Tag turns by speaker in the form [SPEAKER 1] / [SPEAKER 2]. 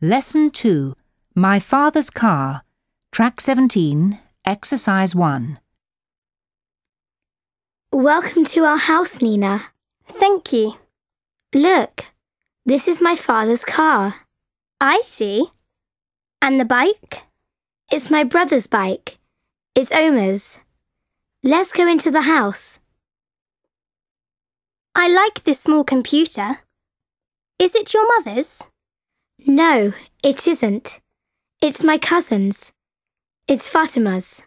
[SPEAKER 1] Lesson 2 My Father's Car, Track 17, Exercise 1.
[SPEAKER 2] Welcome to our house, Nina.
[SPEAKER 3] Thank you.
[SPEAKER 2] Look, this is my father's car.
[SPEAKER 3] I see. And the bike?
[SPEAKER 2] It's my brother's bike. It's Omer's. Let's go into the house.
[SPEAKER 3] I like this small computer. Is it your mother's?
[SPEAKER 2] No, it isn't. It's my cousin's. It's Fatima's.